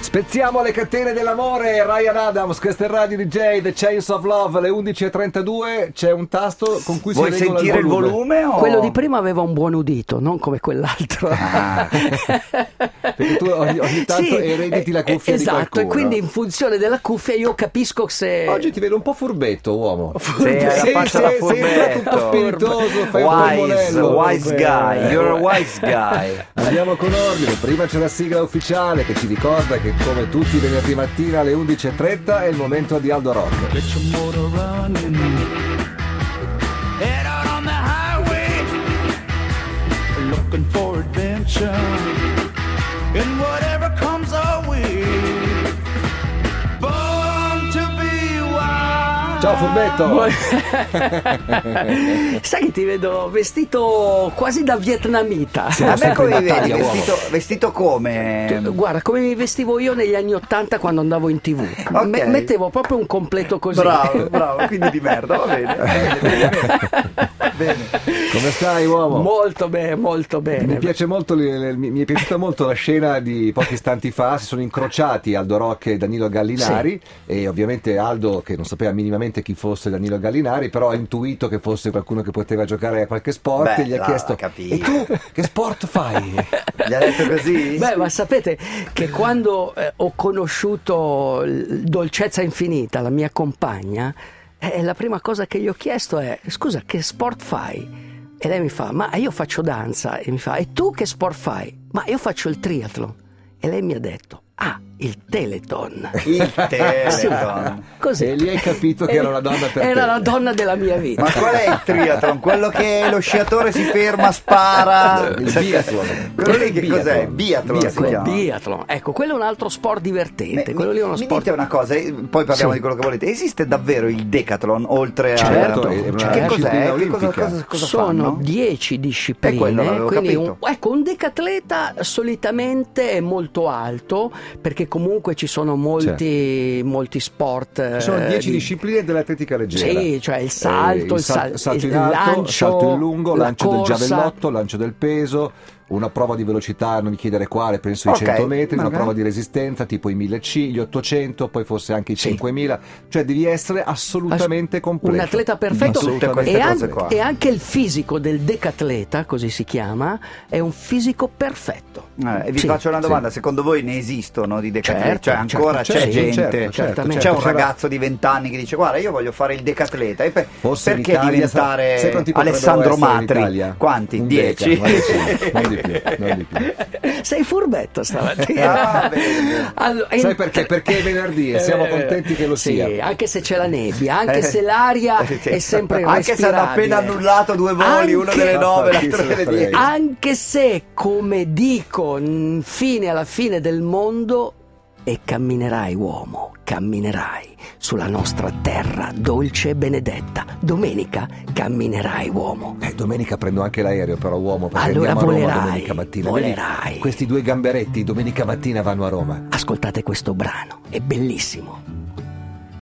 Spezziamo le catene dell'amore, Ryan Adams, questa è Radio DJ, The Chains of Love, alle 11.32 c'è un tasto con cui Vuoi si regola sentire il volume? Oh. o- Quello di prima aveva un buon udito, non come quell'altro. Ah. Perché tu ogni, ogni tanto Sì, erediti la eh, cuffia esatto, di qualcuno. e quindi in funzione della cuffia io capisco se... Oggi ti vedo un po' furbetto, uomo. eh, Sì, hai la Sei- faccia da sei- sei tutto furbetto. spiritoso, fai un po' il Wise, monello. wise guy, you're a wise guy. Andiamo con ordine, prima c'è la sigla ufficiale che ci ricorda che come tutti i venerdì mattina alle 11.30 è il momento di Aldo Rock. Get your motor running. Head out on the highway. Looking for adventure. And whatever comes our way. Born to be wild. Ciao furbetto! Sai che ti vedo vestito quasi da A vietnamita. me sempre come in vedi, battaglia, uomo. vestito, vestito come? Guarda, come mi vestivo io negli anni Ottanta quando andavo in tv. Ok. Me- mettevo proprio un completo così. Bravo, bravo, quindi di merda, va bene. Bene, bene, bene. Bene. Come stai uomo? Molto bene, molto mi bene. piace molto, le- le- mi mi è piaciuta molto la scena di pochi istanti fa, si sono incrociati Aldo Rock e Danilo Gallinari e ovviamente Aldo che non sapeva minimamente chi fosse Danilo Gallinari, però ha intuito che fosse qualcuno che poteva giocare a qualche sport Beh, e gli ha l'ha chiesto capito. "E tu che sport fai?" Gli ha detto così? Beh, ma sapete che quando eh, ho conosciuto l- Dolcezza Infinita, la mia compagna, eh, la prima cosa che gli ho chiesto è: Scusa, che sport fai? E lei mi fa: Ma io faccio danza. E mi fa: E tu che sport fai? Ma io faccio il triathlon. E lei mi ha detto: Ah, il Teleton. Il Teleton. Sì, così. E lì hai capito che era una donna per Era te. la donna della mia vita. Ma qual è il triathlon? Quello che lo sciatore si ferma, spara. Il biathlon. Quello lì che Il cos'è? biathlon. Biathlon, si Quel chiama. biathlon. Ecco, quello è un altro sport divertente. Mi- quello lì è uno mi sport. dite una cosa, eh, poi parliamo Sì. di quello che volete. Esiste davvero il decathlon oltre Certo, a è eh, una Cioè, che disciplina cos'è? Che cosa, olimpica. cosa, cosa Sono fanno? 10 discipline, Eh, quello l'avevo quindi un, capito. ecco, un decatleta solitamente è molto alto perché comunque ci sono molti, molti sport. Ci sono eh, 10 di- discipline dell'atletica leggera. Sì, cioè il salto, il, sal- Eh, salto il in alto, lancio, salto in lungo, la lancio del corsa. giavellotto, lancio del peso, una prova di velocità, non mi chiedere quale, penso i Ok, 100 metri, una magari. prova di resistenza tipo i 1000 C, gli 800, poi forse anche i Sì. 5000, cioè devi essere assolutamente completo. Un atleta perfetto Tutte queste cose e, anche- qua. e anche il fisico del decatleta, così si chiama, è un fisico perfetto. Eh, e vi Sì. faccio una domanda, secondo voi ne esistono di decatleti? Certo, cioè ancora certo, c'è certo, gente, certo, certamente. c'è un C'era- ragazzo di 20 anni che dice guarda io voglio fare il decatleta e per- Forse perché in Italia, sa- diventare sai quanti potrebbero Alessandro essere in Matri? Italia? Quanti? Un 10? deca, una decina, non di più, non di più. Sei furbetto stamattina. Ah, bene. Allora, in- Sai perché? Perché è venerdì e siamo Eh, contenti che lo sì, sia. Anche se c'è la nebbia, anche Eh, se l'aria eh, sì. è sempre Anche se hanno respirabile. appena annullato due voli, uno Anche- delle nove, Vaffan- chi l'altro se ne delle frega. dieci. Anche se, come dico, infine alla fine del mondo, e camminerai uomo, camminerai sulla nostra terra dolce e benedetta. Domenica camminerai uomo. Eh, domenica prendo anche l'aereo, però uomo, perché Allora andiamo a Roma volerai, domenica mattina. volerai. Vedi, Questi due gamberetti domenica mattina vanno a Roma. Ascoltate questo brano, è bellissimo.